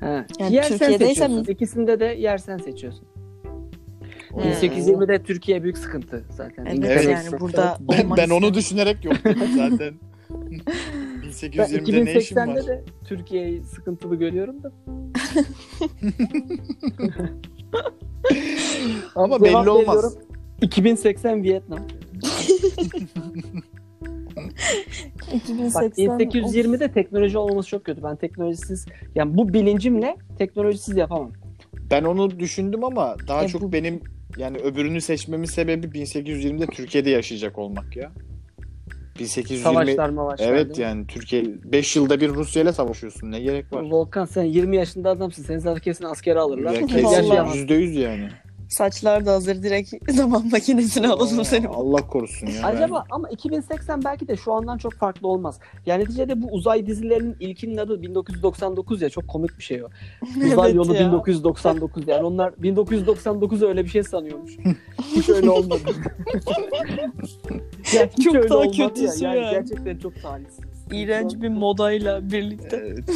A: Ha.
B: [laughs] Yani
A: yer sen
B: Türkiye'deyse
A: seçiyorsun.
B: mi-
A: İkisinde de yer sen seçiyorsun. Ee,
B: Hmm.
A: 1820'de Türkiye büyük sıkıntı zaten.
B: Evet,
A: İngiltere
B: yani
A: sıkıntı.
B: burada
C: Ben,
B: olmak
C: ben onu
B: istemem.
A: [laughs]
C: düşünerek yoktum zaten.
A: Ben
C: 1820'de ne işim var?
A: 2080'de de Türkiye'yi sıkıntılı görüyorum da.
C: [laughs]
A: [laughs]
C: Ama
A: Cevap
C: belli olmaz.
A: veriyorum. 2080 Vietnam.
B: 2080
A: Bak e, 1820'de teknoloji olmaması çok kötü. Ben teknolojisiz yani bu bilincimle teknolojisiz yapamam.
C: Ben onu düşündüm ama daha
A: E,
B: Ya
C: çok
B: bu-
C: benim yani öbürünü seçmemin sebebi 1820'de Türkiye'de yaşayacak olmak ya. 1820
A: Savaşlar mavaşlar.
C: Evet
A: değil mi?
C: yani Türkiye 5 yılda bir Rusya ile savaşıyorsun. Ne gerek var?
A: Volkan sen 20 yaşında adamsın. Seni zaten kesin askere alırlar.
C: Ya
B: Vallahi.
C: kesin
A: Yaşayamazsın.
C: yüzde yüz yani.
B: Saçlar da hazır direkt [laughs] zaman makinesine alalım
C: Aa,
B: seni.
C: Allah korusun ya.
A: Acaba ama 2080 belki de şu andan çok farklı olmaz. Yani neticede bu uzay dizilerinin ilkinin adı 1999 ya çok komik bir şey
B: [laughs]
A: o. Uzay
B: Evet
A: yolu
B: ya.
A: 1999 yani onlar 1999'u öyle bir şey sanıyormuş.
B: [laughs]
A: hiç öyle olmadı. ya, hiç
B: Çok
A: öyle
B: daha
A: olmadı
B: kötüsü
A: ya.
B: ya.
A: Yani gerçekten çok talihsiz.
B: İğrenç bir modayla birlikte.
C: Evet.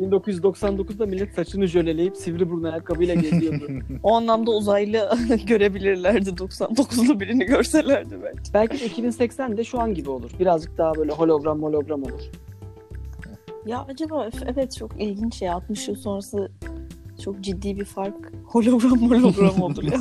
A: 1999'da millet saçını jöleleyip sivri burun ayakkabıyla
B: [laughs]
A: geziyordu.
B: O anlamda uzaylı [laughs] görebilirlerdi 99'lu birini görselerdi bence.
A: Belki de 2080 de şu an gibi olur. Birazcık daha böyle hologram hologram olur.
B: Ya acaba öf, evet çok ilginç ya 60 yıl sonrası çok ciddi bir fark [laughs] hologram
A: [laughs]
B: hologram olur ya.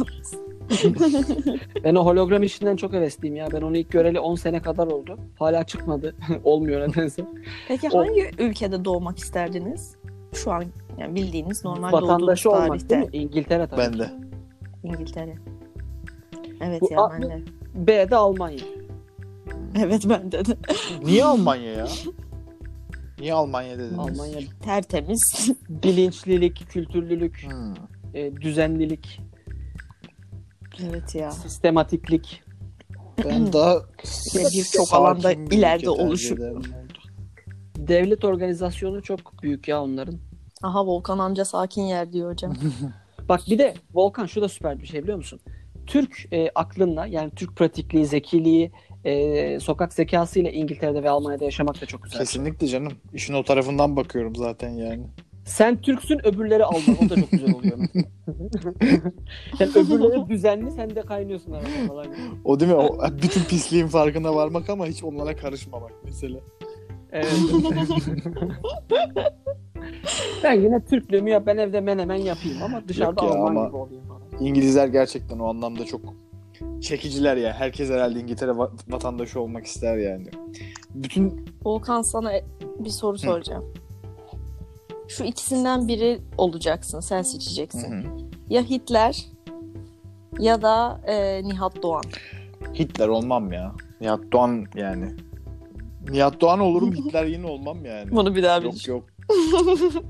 A: Ben o hologram işinden çok hevesliyim ya. Ben onu ilk göreli 10 sene kadar oldu. Hala çıkmadı. [laughs] Olmuyor nedense.
B: Peki
A: O-
B: hangi ülkede doğmak isterdiniz? Şu an yani bildiğiniz normal doğduğunuz
A: Vatandaşı olmak
B: tarihte
A: değil mi? İngiltere tabii.
C: ben de.
B: İngiltere. Evet
A: Bu
B: ya
A: a-
B: ben de. [laughs]
A: B de Almanya.
B: Evet ben de.
C: Niye Almanya
A: [laughs]
C: ya? Niye Almanya dediniz?
A: Almanya [laughs]
B: Tertemiz.
A: bilinçlilik, kültürlülük,
C: Hmm.
A: e, düzenlilik,
B: evet ya.
A: sistematiklik.
B: Hmm.
C: Ben daha
B: Ve birçok
C: sakin
B: alanda
C: bir ülke
B: ileride
C: tercih
B: oluşu-
C: ederim.
A: Devlet organizasyonu çok büyük ya onların. [laughs]
B: Aha Volkan amca sakin yer diyor hocam.
A: Bak bir de Volkan şu da süper bir şey biliyor musun? Türk e, aklınla yani Türk pratikliği, zekiliği, e, sokak zekasıyla İngiltere'de ve Almanya'da yaşamak da çok güzel.
C: Kesinlikle canım. İşin o tarafından bakıyorum zaten yani.
A: Sen Türksün öbürleri Alman. O da çok güzel oluyor. [laughs] yani öbürleri düzenli sen de kaynıyorsun arada falan.
C: O değil mi? O, bütün pisliğin farkına varmak ama hiç onlara karışmamak mesela.
A: [laughs] Evet. ben yine Türklüğümü yap. Ben evde menemen yapayım ama dışarıda
C: Yok ya,
A: Alman
C: ama-
A: gibi olayım falan.
C: İngilizler gerçekten o anlamda çok çekiciler ya. Herkes herhalde İngiltere va- vatandaşı olmak ister yani. Bütün
B: Volkan sana bir soru soracağım. Şu ikisinden biri olacaksın. Sen seçeceksin. Ya Hitler ya da e, Nihat Doğan.
C: Hitler olmam ya. Nihat Doğan yani. Nihat
B: [laughs]
C: Doğan olurum Hitler yine olmam yani.
B: Bunu bir daha bir
C: Yok
B: düşün.
C: yok. [laughs]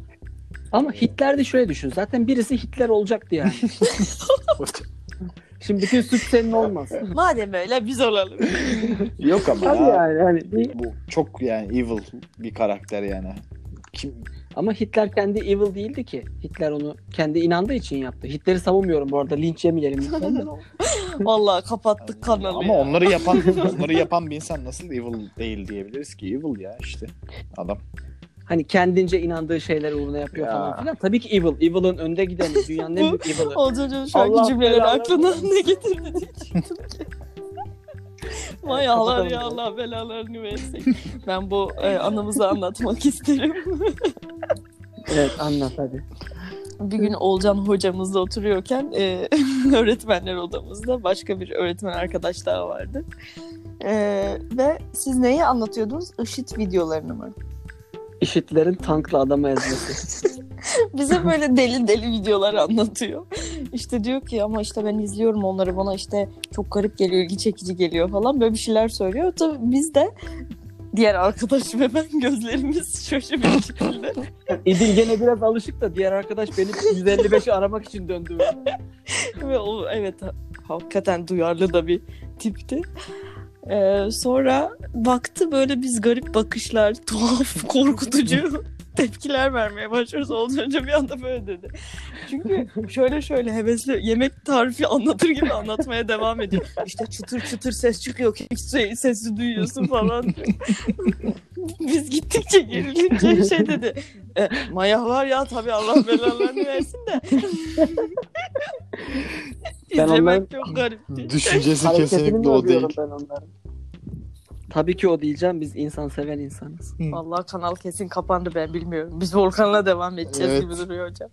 A: Ama Hitler de şöyle düşün. Zaten birisi Hitler olacaktı yani. [laughs] Şimdi bütün suç senin olmaz.
B: [laughs] Madem öyle biz olalım.
C: yok ama
A: [laughs] Tabii
C: ya.
A: yani. Hani bir-
C: Bu çok yani evil bir karakter yani. Kim
A: Ama Hitler kendi evil değildi ki. Hitler onu kendi inandığı için yaptı. Hitler'i savunmuyorum bu arada. Linç yemeyelim. lütfen de.
B: Vallahi kapattık kanalı.
C: Ama
B: ya.
C: onları yapan onları yapan bir insan nasıl evil değil diyebiliriz ki? Evil ya işte adam.
A: hani kendince inandığı şeyler uğruna yapıyor
C: Ya.
A: falan filan. Tabii ki evil. Evil'ın önde
C: [laughs]
A: gideni. Dünyanın en büyük evil'ı.
B: Olcan Hocam şu anki
A: Allah
B: cümleleri
A: belanı
B: aklına
A: versin.
B: ne getirdi diye çıktım
A: [laughs]
B: ki. Vay
A: Evet,
B: Allah
A: kapatalım.
B: ya Allah belalarını versin. Ben bu e, anımızı anlatmak isterim.
A: Evet anlat hadi.
B: [laughs] bir gün Olcan hocamızla oturuyorken e, [laughs] öğretmenler odamızda başka bir öğretmen arkadaş daha vardı. E, ve siz neyi anlatıyordunuz? IŞİD videolarını mı?
A: İşitlerin tankla adamı ezmesi.
B: bize böyle deli deli videolar anlatıyor. İşte diyor ki ama işte ben izliyorum onları bana işte çok garip geliyor, ilgi çekici geliyor falan böyle bir şeyler söylüyor. Tabii biz de diğer arkadaşım ve ben gözlerimiz şöyle bir şekilde.
A: İdil gene biraz alışık da diğer arkadaş beni 155'i aramak için döndü.
B: ve o evet ha- hakikaten duyarlı da bir tipti. Ee, sonra baktı böyle biz garip bakışlar, [laughs] tuhaf, korkutucu tepkiler vermeye başlıyoruz. Olcan Hoca bir anda böyle dedi. Çünkü şöyle şöyle hevesli yemek tarifi anlatır gibi anlatmaya devam ediyor. İşte çıtır çıtır ses çıkıyor. Hiç şey, sesi duyuyorsun falan. [laughs] diyor. Biz gittikçe gerilince şey dedi. E, Maya var ya tabii Allah belalarını versin de.
A: Ben
B: İzlemek
A: onların-
B: çok şey. garipti.
C: Düşüncesi
A: Hareketini mi
C: kesinlikle o değil.
A: övüyorum ben onların? Tabii ki o diyeceğim. Biz insan seven insanız.
B: Vallahi kanal kesin kapandı ben bilmiyorum. Biz Volkan'la devam edeceğiz
C: Evet.
B: gibi duruyor hocam.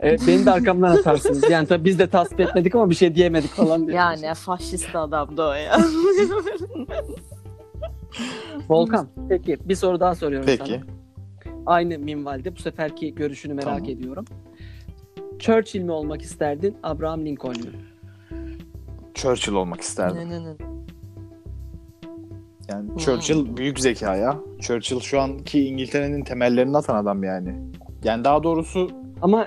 A: Evet, beni de arkamdan atarsınız. Yani tabii biz de tasvip etmedik ama bir şey diyemedik falan diye.
B: Yani faşist adamdı o ya. [laughs]
A: Volkan peki bir soru daha soruyorum sana.
C: Peki.
A: Aynı minvalde bu seferki görüşünü merak
C: Tamam.
A: ediyorum. Churchill mi olmak isterdin, Abraham Lincoln mu?
C: Churchill olmak
B: Ne,
C: isterdim.
B: ne, ne.
C: Yani Churchill büyük zeka ya. Churchill şu anki İngiltere'nin temellerini atan adam yani. Yani daha doğrusu
A: Ama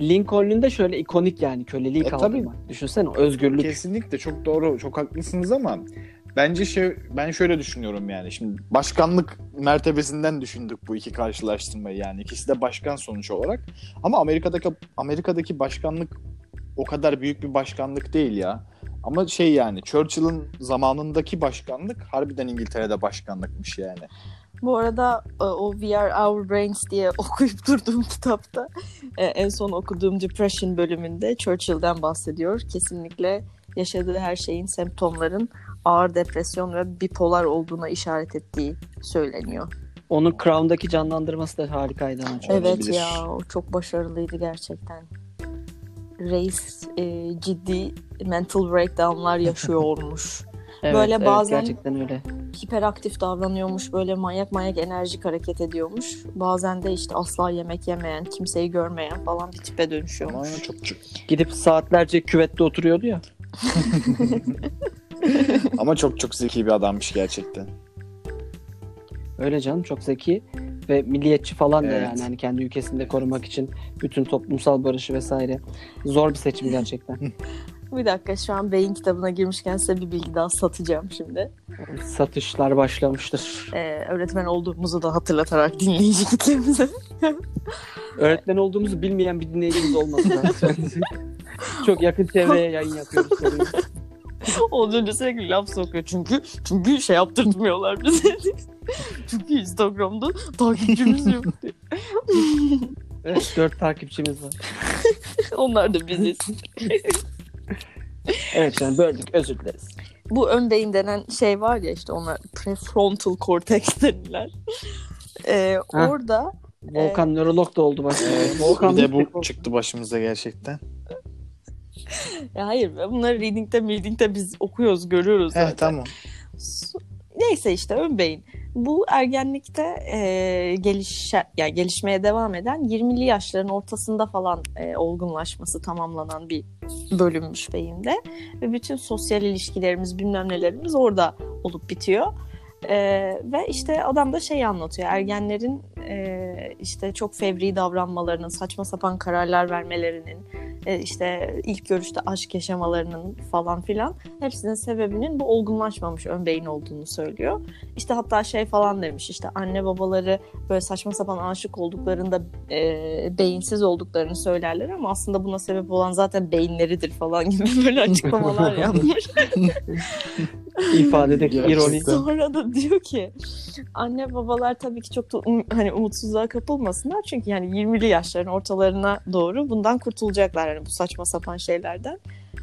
A: Lincoln'un da şöyle ikonik yani köleliği
C: E,
A: kaldırmak. Düşünsene özgürlük.
C: Kesinlikle çok doğru, çok haklısınız ama bence şey ben şöyle düşünüyorum yani. Şimdi başkanlık mertebesinden düşündük bu iki karşılaştırmayı yani. İkisi de başkan sonuç olarak. Ama Amerika'daki Amerika'daki başkanlık o kadar büyük bir başkanlık değil ya. Ama şey yani Churchill'ın zamanındaki başkanlık harbiden İngiltere'de başkanlıkmış yani.
B: Bu arada e, o We Are Our Brains diye [laughs] okuyup durduğum kitapta e, en son okuduğum Depression bölümünde Churchill'den bahsediyor. Kesinlikle yaşadığı her şeyin semptomların ağır depresyon ve bipolar olduğuna işaret ettiği söyleniyor.
A: Onun Crown'daki canlandırması da harikaydı ama. çok.
C: Olabilir.
B: Evet ya o çok başarılıydı gerçekten. Reis e, ciddi mental breakdownlar yaşıyor olmuş.
A: Evet,
B: Böyle
A: evet,
B: bazen-
A: gerçekten öyle.
B: Hiperaktif davranıyormuş böyle manyak manyak enerjik hareket ediyormuş. Bazen de işte asla yemek yemeyen, kimseyi görmeyen falan bir tipe
C: Ama
B: dönüşüyormuş.
C: çok
A: Gidip saatlerce küvette oturuyordu ya.
C: [laughs] ama çok çok zeki bir adammış gerçekten.
A: Öyle canım çok zeki ve milliyetçi falan da
C: Evet.
A: yani hani kendi ülkesinde korumak için bütün toplumsal barışı vesaire. Zor bir
C: [laughs]
A: seçim gerçekten.
B: Bir dakika şu an beyin kitabına girmişken size bir bilgi daha satacağım şimdi.
A: Satışlar başlamıştır.
B: Ee, öğretmen olduğumuzu da hatırlatarak [laughs] dinleyici kitlemize.
C: [laughs]
A: Öğretmen olduğumuzu bilmeyen bir dinleyicimiz olmasın. Çok yakın çevreye yayın yapıyoruz soruyu.
B: Olunca sürekli laf sokuyor çünkü çünkü şey yaptırmıyorlar bize. [laughs] çünkü Instagram'da takipçimiz yok.
A: Evet, dört takipçimiz var.
B: [laughs] Onlar da biziz.
A: Evet yani böldük özür dileriz.
B: Bu ön beyin denen şey var ya işte onlar prefrontal cortex denilen. [laughs] Ee,
A: Ha.
B: orada
A: Volkan nörolog da oldu başta. Volkan
C: Bir de bu çıktı başımıza gerçekten.
B: ya hayır be, bunları reading'de meeting'de biz okuyoruz görüyoruz zaten.
C: He tamam.
B: Su- Neyse işte ön beyin. Bu ergenlikte e, gelişe, yani gelişmeye devam eden 20'li yaşların ortasında falan e, olgunlaşması tamamlanan bir bölünmüş beyinde. Ve bütün sosyal ilişkilerimiz bilmem nelerimiz orada olup bitiyor. E, ve işte adam da şey anlatıyor. Ergenlerin e, işte çok fevri davranmalarının, saçma sapan kararlar vermelerinin, e, işte ilk görüşte aşk yaşamalarının falan filan hepsinin sebebinin bu olgunlaşmamış ön beyin olduğunu söylüyor. İşte hatta şey falan demiş işte anne babaları böyle saçma sapan aşık olduklarında e, beyinsiz olduklarını söylerler ama aslında buna sebep olan zaten beyinleridir falan gibi [laughs] böyle açıklamalar yapmış.
A: ifadedeki ironi.
C: Gerçekten.
B: Sonra da diyor ki anne babalar tabii ki çok da um- hani umutsuzluğa kapılmasınlar çünkü yani 20'li yaşların ortalarına doğru bundan kurtulacaklar yani bu saçma sapan şeylerden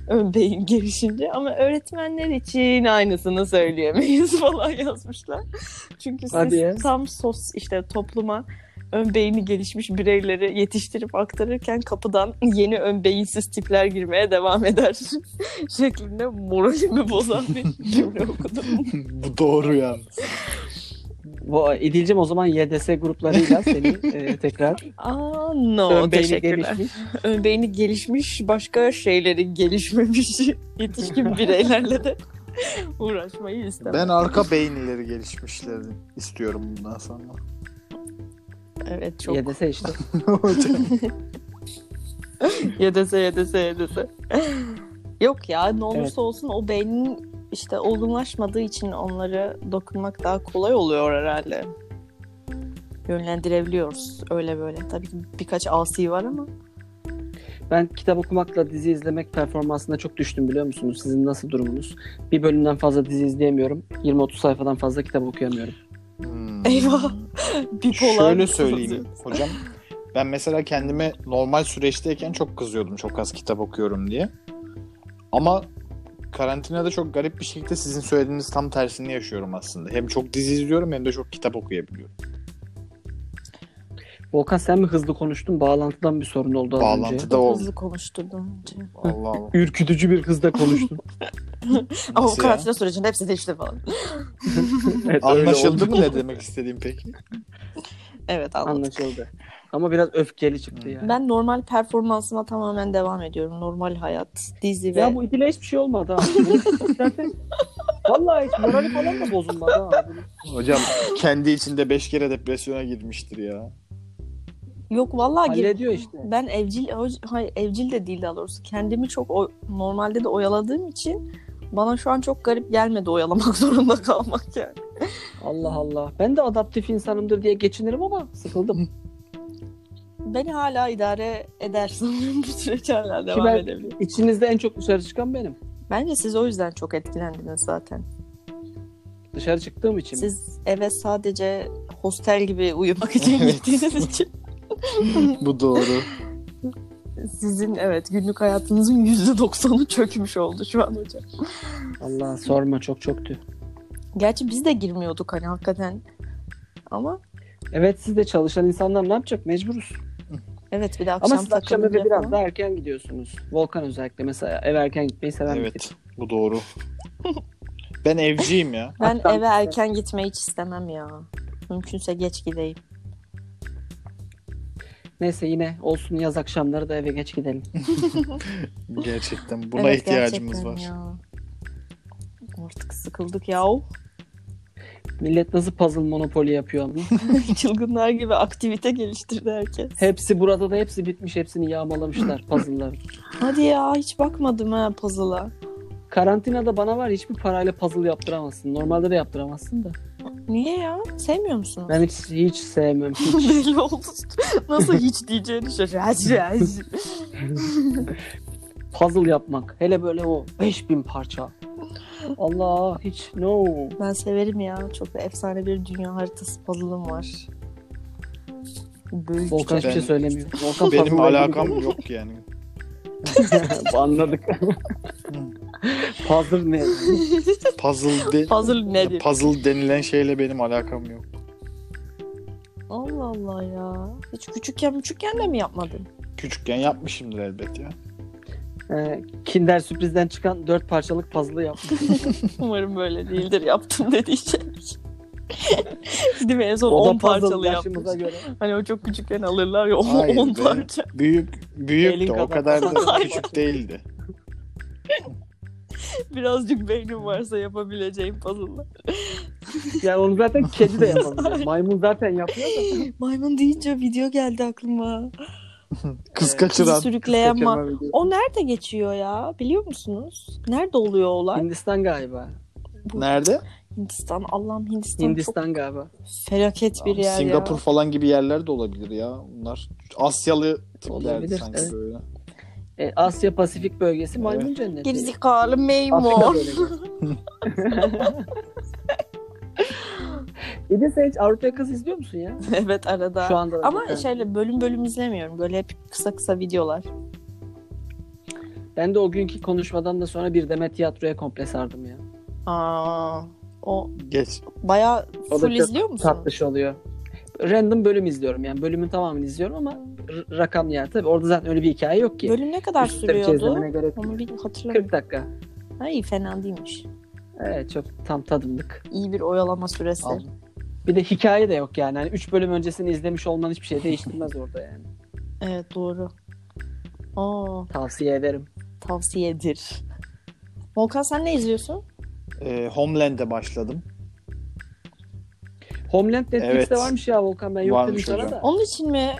B: ön beyin [laughs] gelişince ama öğretmenler için aynısını söyleyemeyiz [laughs] falan yazmışlar. Çünkü siz
A: Hadi ya.
B: tam sos işte topluma ön beyni gelişmiş bireyleri yetiştirip aktarırken kapıdan yeni ön beyinsiz tipler girmeye devam eder [laughs] şeklinde moralimi bozan bir cümle okudum.
C: [laughs] bu doğru yani.
A: Bu- İdil'cim o zaman YDS gruplarıyla seni
C: [laughs]
A: e, tekrar
B: Aa no
A: ön beyni
B: teşekkürler.
A: gelişmiş.
B: [laughs] Ön beyni gelişmiş başka şeyleri gelişmemiş [laughs]
A: [laughs]
B: yetişkin bireylerle de uğraşmayı istemem.
C: Ben arka beyinleri gelişmişleri istiyorum bundan sonra.
B: Evet çok.
A: YDS işte.
C: Hocam,
B: [laughs] Yedese yedese yedese. Yok ya ne olursa
A: Evet.
B: olsun o beynin işte olgunlaşmadığı için onları dokunmak daha kolay oluyor herhalde. Yönlendirebiliyoruz öyle böyle. Tabii ki birkaç asi var ama.
A: Ben kitap okumakla dizi izlemek performansına çok düştüm biliyor musunuz? Sizin nasıl durumunuz? Bir bölümden fazla dizi izleyemiyorum. 20-30 sayfadan fazla kitap okuyamıyorum.
C: hmm.
B: Eyvah. Bipolar.
C: Şöyle söyleyeyim hocam. Ben mesela kendime normal süreçteyken çok kızıyordum çok az kitap okuyorum diye. Ama karantinada çok garip bir şekilde sizin söylediğiniz tam tersini yaşıyorum aslında. Hem çok dizi izliyorum hem de çok kitap okuyabiliyorum.
A: Volkan sen mi hızlı konuştun? Bağlantıdan bir sorun oldu az önce.
C: Bağlantıda o.
B: Hızlı konuşturdum.
C: Allah Allah.
A: Ürkütücü bir hızda konuştun.
B: Ama bu
C: Nasıl ya?
B: karantina sürecinde hepsi değişti falan.
A: evet, öyle
C: Anlaşıldı
A: oldu.
C: mı ne demek istediğim peki?
B: Evet anladım.
A: Anlaşıldı. Ama biraz öfkeli çıktı yani.
B: Ben normal performansıma tamamen devam ediyorum. Normal hayat, dizi ve...
A: Ya bu idile hiçbir şey olmadı ha. [laughs] Zaten Vallahi hiç morali falan da bozulmadı ha.
C: Hocam kendi içinde beş kere depresyona girmiştir ya.
B: Yok vallahi gir-
A: Hallediyor işte.
B: Ben evcil, ev- hayır evcil de değil daha doğrusu. Kendimi çok o- normalde de oyaladığım için bana şu an çok garip gelmedi oyalamak [laughs] zorunda kalmak yani.
A: Allah Allah. Ben de adaptif insanımdır diye geçinirim ama sıkıldım.
B: Beni hala idare eder sanırım bu süreç hala devam
A: ben-
B: edebilir.
A: İçinizde en çok dışarı çıkan benim.
B: Bence siz o yüzden çok etkilendiniz zaten.
A: Dışarı çıktığım için. mi?
B: Siz eve sadece hostel gibi
A: [laughs]
B: uyumak için
C: Evet.
B: gittiğiniz için
C: Bu doğru.
B: sizin evet günlük hayatınızın %90'ı çökmüş oldu şu an hocam.
A: Allah sorma çok çoktu.
B: Gerçi biz de girmiyorduk hani hakikaten. Ama
A: Evet siz de çalışan insanlar ne yapacak? Mecburuz.
B: evet bir de akşam
A: Ama siz akşam
B: takılınca
A: eve biraz
B: falan.
A: daha erken gidiyorsunuz. Volkan özellikle mesela eve erken gitmeyi seven bir tip.
C: evet bu doğru. Ben evciyim ya.
B: Ben
A: Hatta-
B: eve erken gitmeyi hiç istemem ya. Mümkünse geç gideyim.
A: Neyse yine olsun yaz akşamları da eve geç gidelim.
C: [laughs] Gerçekten buna
B: Evet,
C: ihtiyacımız var.
B: gerçekten ya. Artık sıkıldık ya.
A: Millet nasıl puzzle monopoli
C: [laughs]
A: yapıyor ama.
B: [laughs] Çılgınlar gibi aktivite geliştirdi herkes.
A: hepsi burada da hepsi bitmiş. Hepsini yağmalamışlar puzzle'ları.
B: Hadi ya hiç bakmadım ha puzzle'a.
A: Karantinada bana var ya, hiçbir parayla puzzle yaptıramazsın. Normalde de yaptıramazsın da.
B: Niye ya? Sevmiyor musun?
A: Ben hiç, hiç sevmem. [laughs] Hiç.
B: [laughs] Belli oldu. Nasıl hiç diyeceğini şaşırdım.
A: Puzzle yapmak. Hele böyle o 5000 parça. Allah hiç no.
B: Ben severim ya. Çok efsane bir dünya haritası puzzle'ım var. Büyük
A: Volkan hiçbir
C: Ben-
A: şey söylemiyor. Volkan
C: Benim
A: puzzle'la ilgili
C: alakam yok yani.
A: [laughs] Anladık. Puzzle ne?
C: Puzzle, de-
B: [laughs] Puzzle nedir?
C: puzzle denilen şeyle benim alakam yok.
B: Allah Allah ya. Hiç küçükken küçükken de mi yapmadın?
C: Küçükken yapmışımdır elbet ya.
A: Ee, Kinder sürprizden çıkan dört parçalık puzzle [laughs] yapmış.
B: Umarım böyle değildir yaptım dediğecek. [laughs] Değil mi? En son
A: O da
B: 10
A: puzzle
B: parçalı
A: yaşımıza
B: yapmış.
A: göre.
B: Hani o çok küçükken alırlar ya
C: Hayır
B: 10
C: be.
B: parça. [laughs]
C: Büyük büyük
A: Elin
C: de o
A: kadar.
C: kadar da küçük değildi.
B: Birazcık beynim varsa yapabileceğim puzzle'lar.
A: Yani onu zaten kedi [laughs] de yapabiliyor. Maymun zaten yapıyor da.
B: Maymun deyince video geldi aklıma.
C: Kız
A: Ee,
B: Kızı
C: kaçıran.
B: sürükleyen ma-
A: Çekemem diyor.
B: O nerede geçiyor ya? Biliyor musunuz? Nerede oluyor olay?
A: Hindistan galiba.
B: Bu-
C: Nerede?
B: Hindistan. Allah'ım Hindistan,
A: Hindistan galiba.
B: çok felaket bir
C: Abi
B: yer
C: Singapur
B: ya.
C: falan gibi yerler de olabilir ya. Bunlar Asyalı tiplerdi
A: Olabilir,
C: sanki
A: evet.
C: böyle.
A: E, Asya Pasifik bölgesi maymun cenneti.
B: Gerizekalı
A: Afrika
B: maymun.
A: bölgesi. [laughs] Bir de sen hiç Avrupa Yakası izliyor musun ya?
B: [laughs] evet arada.
A: Şu anda.
B: Ama şey-
A: Evet.
B: şöyle bölüm bölüm izlemiyorum. Böyle hep kısa kısa videolar.
A: Ben de o günkü konuşmadan da sonra bir demet tiyatroya komple sardım ya.
B: Aa, o
C: Geç.
B: bayağı
A: O da
B: full
A: çok
B: izliyor musun?
A: Tatlış oluyor. Random bölüm izliyorum yani bölümün tamamını izliyorum ama r- rakam yani tabii orada zaten öyle bir hikaye yok ki.
B: Bölüm ne kadar
A: şey. Üst üste bir şey
B: sürüyordu?
A: izlemene gerek yok.
B: Onu bir hatırlamıyorum.
A: 40 dakika.
B: Ha, iyi fena değilmiş.
A: Evet çok tam tadımlık.
B: İyi bir oyalama süresi.
C: Al.
A: Bir de hikaye de yok yani. Hani 3 bölüm öncesini izlemiş olman hiçbir şey değiştirmez [laughs] orada yani.
B: Evet doğru. Aa,
A: Tavsiye ederim.
B: tavsiyedir. Volkan sen ne izliyorsun?
C: Ee, Homeland'e başladım.
A: Homeland Netflix'te
C: Evet.
A: varmış ya Volkan ben yok dedim
C: Varmış
A: sana
C: hocam.
A: da.
B: Onun için mi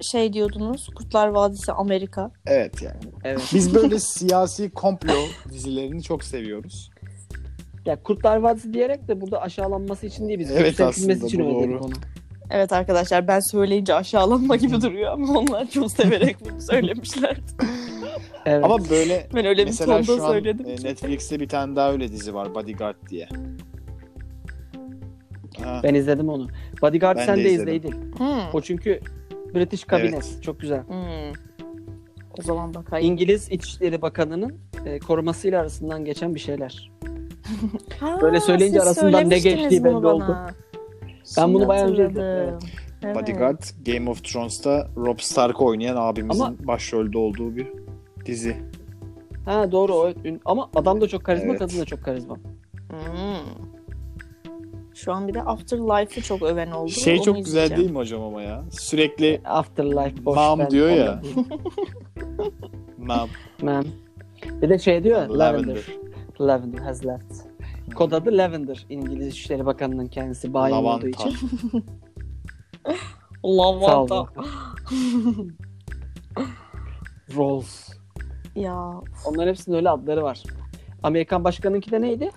B: şey diyordunuz? Kurtlar Vadisi Amerika.
C: Evet yani.
A: Evet.
C: Biz böyle siyasi komplo dizilerini çok seviyoruz.
A: Ya Kurtlar Vadisi diyerek de burada aşağılanması için değil biz.
C: Evet,
A: yükseltilmesi
C: aslında
A: için
C: bu
A: öyle
C: doğru.
A: dedik onu.
B: Evet arkadaşlar ben söyleyince aşağılanma gibi duruyor ama onlar çok severek
A: [laughs]
B: bunu söylemişler.
A: Evet.
C: Ama böyle
B: Ben öyle bir
C: mesela
B: tonda
C: şu an
B: söyledim.
C: e,
B: ki.
C: Netflix'te bir tane daha öyle dizi var Bodyguard diye. Ha,
A: Ben izledim onu. Bodyguard
C: Ben
A: sen
C: de
A: de
C: izledim.
A: izleydin.
B: Hmm.
A: O çünkü British Cabinet. Çok güzel.
B: Hmm. O zaman bakayım.
A: İngiliz İçişleri Bakanı'nın e, korumasıyla arasından geçen bir şeyler.
B: Ha,
A: Böyle söyleyince
B: siz
A: arasından ne geçtiği
B: söylemiştiniz bunu
A: belli oldu.
B: bana.
A: Ben bunu
B: Şimdi
A: bayağı önce
B: hatırladım.
A: izledim,
B: Evet.
C: Bodyguard Game of Thrones'ta Rob Stark oynayan abimizin
A: Ama-
C: başrolde olduğu bir dizi.
A: Ha doğru o ün- ama adam da çok karizma
C: Evet.
A: kadın da çok karizma.
B: Hmm. Şu an bir de Afterlife'ı çok öven oldu.
C: Şey
B: Onu
C: çok güzel
B: izleyeceğim.
C: değil mi hocam ama ya?
A: [laughs]
C: Sürekli
A: Afterlife boş.
C: Mom
A: ben
C: E, diyor ya.
A: ondan değilim.
C: mom,
A: Mom. Bir de şey diyor ya,
C: lavender,
A: Lavender. Lavender has left. Kod adı Lavender. İngiliz İçişleri Bakanı'nın kendisi bayi olduğu
C: lavanta.
A: için. Sağ
B: Lavanta.
A: ol. Rolls.
B: Ya
A: Onların hepsinin öyle adları var. Amerikan başkanınki de neydi?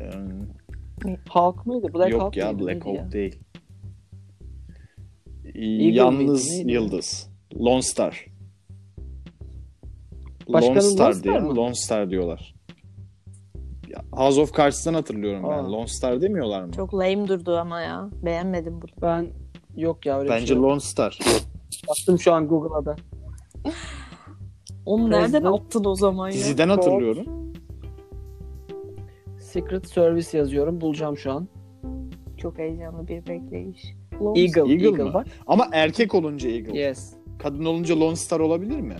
C: Ee,
A: Hawk mıydı? Black
C: Yok
A: Hawk
C: ya
A: mıydı?
C: Black
A: Neydi
C: Hawk
A: ya?
C: değil.
A: miydi,
C: Yalnız
A: neydi?
C: Yıldız. Lone Star.
A: Başkanın
C: Lone Star,
A: Lone Star
C: diye,
A: mı?
C: Lone Star diyorlar. Ya, House of Cards'tan hatırlıyorum ben.
A: Aa.
C: Lone Star demiyorlar mı?
B: çok lame durdu ama ya. Beğenmedim bunu.
A: Ben yok ya öyle bir
C: Bence
A: şey. yok.
C: Lone Star.
A: Baktım şu an Google'a da.
B: Onu nereden
A: President-
B: attın o zaman ya?
C: Diziden hatırlıyorum.
A: Secret Service yazıyorum. Bulacağım şu an.
B: Çok heyecanlı bir bekleyiş.
A: Eagle. Eagle,
C: Eagle mı?
A: bak.
C: Ama erkek olunca Eagle.
A: Yes.
C: Kadın olunca Lone Star olabilir mi?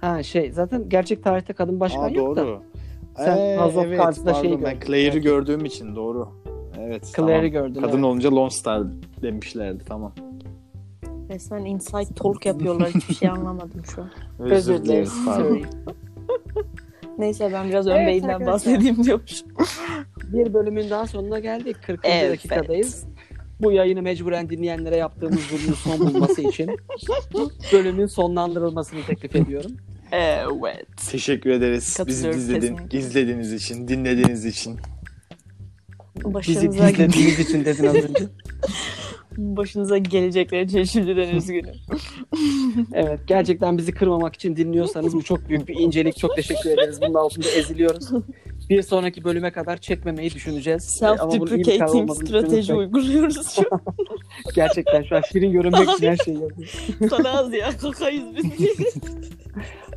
A: Ha şey zaten gerçek tarihte kadın başkan
C: Aa,
A: yok
C: doğru. Ee,
A: da. Sen House of Cards'da şeyi
C: pardon, ben
A: gördün.
C: Claire'i
A: Evet.
C: gördüğüm için doğru. Evet.
A: Claire'i
C: tamam.
A: gördün.
C: Kadın
A: evet.
C: olunca Lone Star demişlerdi tamam.
B: Resmen inside talk yapıyorlar. Hiçbir şey anlamadım şu an.
A: Özür dileriz.
C: pardon.
A: Sorry.
B: Neyse ben biraz
A: Evet,
B: ön beyinden
A: arkadaşlar.
B: bahsedeyim diyormuş.
A: Bir bölümün daha sonuna geldik. 40.
B: Evet.
A: dakikadayız. Bu yayını mecburen dinleyenlere yaptığımız zulmün son bulması
C: [laughs]
A: için bölümün sonlandırılmasını teklif ediyorum.
B: Evet.
C: Teşekkür ederiz. Bizi
B: Katılıyorum
C: izledin,
B: kesinlikle.
C: izlediğiniz için, dinlediğiniz için.
A: Bizi
B: Başınıza,
A: dinlediğiniz için dedin az önce.
B: [laughs] başınıza gelecekler için şimdiden üzgünüm.
A: Evet gerçekten bizi kırmamak için dinliyorsanız bu çok büyük bir incelik. Çok teşekkür ederiz. Bunun altında eziliyoruz. Bir sonraki bölüme kadar çekmemeyi düşüneceğiz. Ee, ama bunun iyi bir karar
B: Self-duplicating
A: olmadığını
B: strateji
A: düşünürsek-
B: [laughs] uyguluyoruz şu an.
A: Gerçekten şu an şirin görünmek için her şeyi yapıyoruz.
B: Utanağız ya kakayız biz.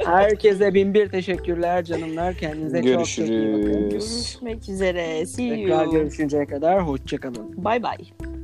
A: Herkese bin bir teşekkürler canımlar. Kendinize çok çok iyi bakın.
C: Görüşürüz.
B: Görüşmek üzere. See
A: Tekrar
B: you.
A: görüşünceye kadar hoşçakalın.
B: Bye bye.